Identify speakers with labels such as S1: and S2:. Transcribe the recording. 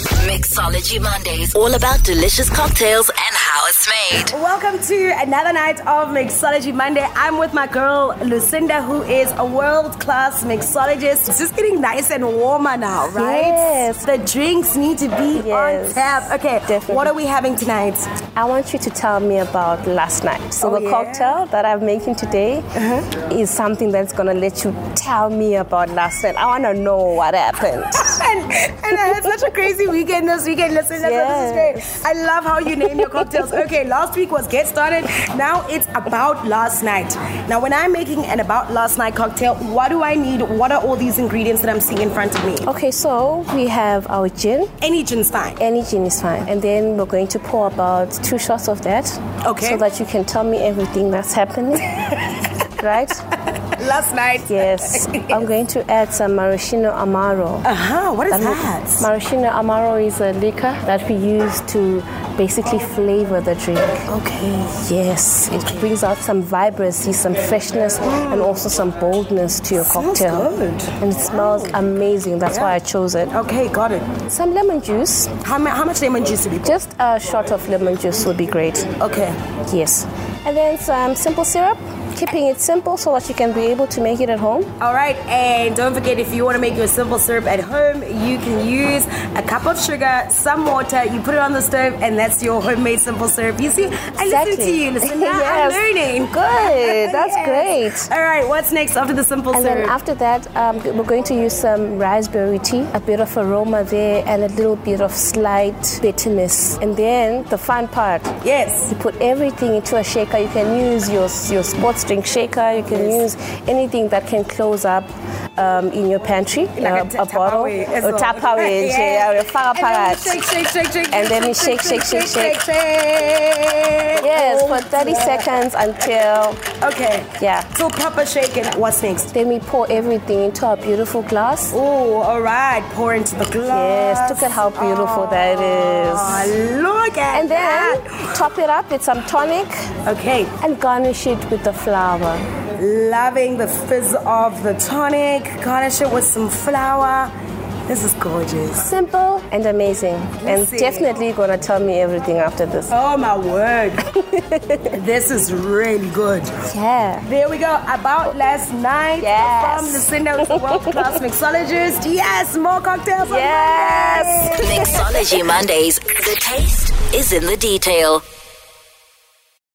S1: Mixology Mondays, all about delicious cocktails and how it's made.
S2: Welcome to another night of Mixology Monday. I'm with my girl Lucinda, who is a world class mixologist. It's just getting nice and warmer now, right?
S3: Yes.
S2: The drinks need to be
S3: Yes.
S2: on tap. Okay,
S3: Definitely.
S2: what are we having tonight?
S3: I want you to tell me about last night. So
S2: Oh,
S3: the
S2: yeah.
S3: cocktail that I'm making today is something that's gonna let you tell me about last night. I wanna know what happened.
S2: And, and I had such a crazy weekend this weekend. Listen, that's why this is great. I love how you name your cocktails. Okay, last week was get started. Now it's about last night. Now, when I'm making an about last night cocktail, what do I need? What are all these ingredients that I'm seeing in front of me?
S3: okay, so we have our gin.
S2: Any gin's fine.
S3: Any gin is fine, and then we're going to pour about two shots of that.
S2: Okay.
S3: So that you can tell me everything that's happening. right?
S2: Last night.
S3: Yes. I'm going to add some maraschino amaro.
S2: Uh huh. What is
S3: That would-
S2: that?
S3: Maraschino amaro is a liquor that we use to basically flavor the drink.
S2: Okay.
S3: Yes, it brings out some vibrancy, some freshness, and also some boldness to your
S2: Smells
S3: cocktail.
S2: good.
S3: And it smells amazing. That's why I chose it.
S2: Okay, got it.
S3: Some lemon juice,
S2: How, mu- how much lemon juice do we put?
S3: just a shot of lemon juice would be great.
S2: Okay.
S3: Yes. And then some simple syrup, keeping it simple so that you can be able to make it at home.
S2: All right, and don't forget if you want to make your simple syrup at home, you can use a cup of sugar, some water, you put it on the stove, and that's your homemade simple syrup. You see, I listen to you, listen, now I'm
S3: Yes.
S2: learning.
S3: Good. That's
S2: Yes.
S3: great.
S2: All right, what's next after the simple
S3: And
S2: syrup?
S3: then after that, um, we're going to use some raspberry tea, a bit of aroma there, and a little bit of slight bitterness. And then the fun part,
S2: yes.
S3: you put everything into a shaker. You can use your, your sports drink shaker, you can use anything that can close up. Um, in your pantry,
S2: Like
S3: uh,
S2: a,
S3: a, bottle, or Tupperware, yeah, or a fire
S2: and
S3: packet.
S2: then we shake, shake, shake, shake,
S3: uh, And then we shake, shake, shake,
S2: shake, shake.
S3: Yes,
S2: Oh,
S3: for 30
S2: yeah.
S3: seconds until,
S2: Okay.
S3: yeah.
S2: So proper shaking. What's next?
S3: Then we pour everything into a beautiful glass.
S2: Oh, all right. Pour into the glass.
S3: Yes, look at how beautiful that is.
S2: Oh, look at
S3: And then
S2: that.
S3: top it up with some tonic
S2: Okay,
S3: and garnish it with the flower.
S2: loving the fizz of the tonic. Garnish it with some flour. This is gorgeous.
S3: Simple and amazing. and
S2: see.
S3: definitely gonna tell me everything after this.
S2: Oh my word. this is really good.
S3: Yeah.
S2: There we go. About last night
S3: Yes.
S2: from Lucinda, who's a world-class mixologist. Yes, more cocktails. on
S3: Yes.
S2: Monday.
S1: Mixology Mondays, the taste is in the detail.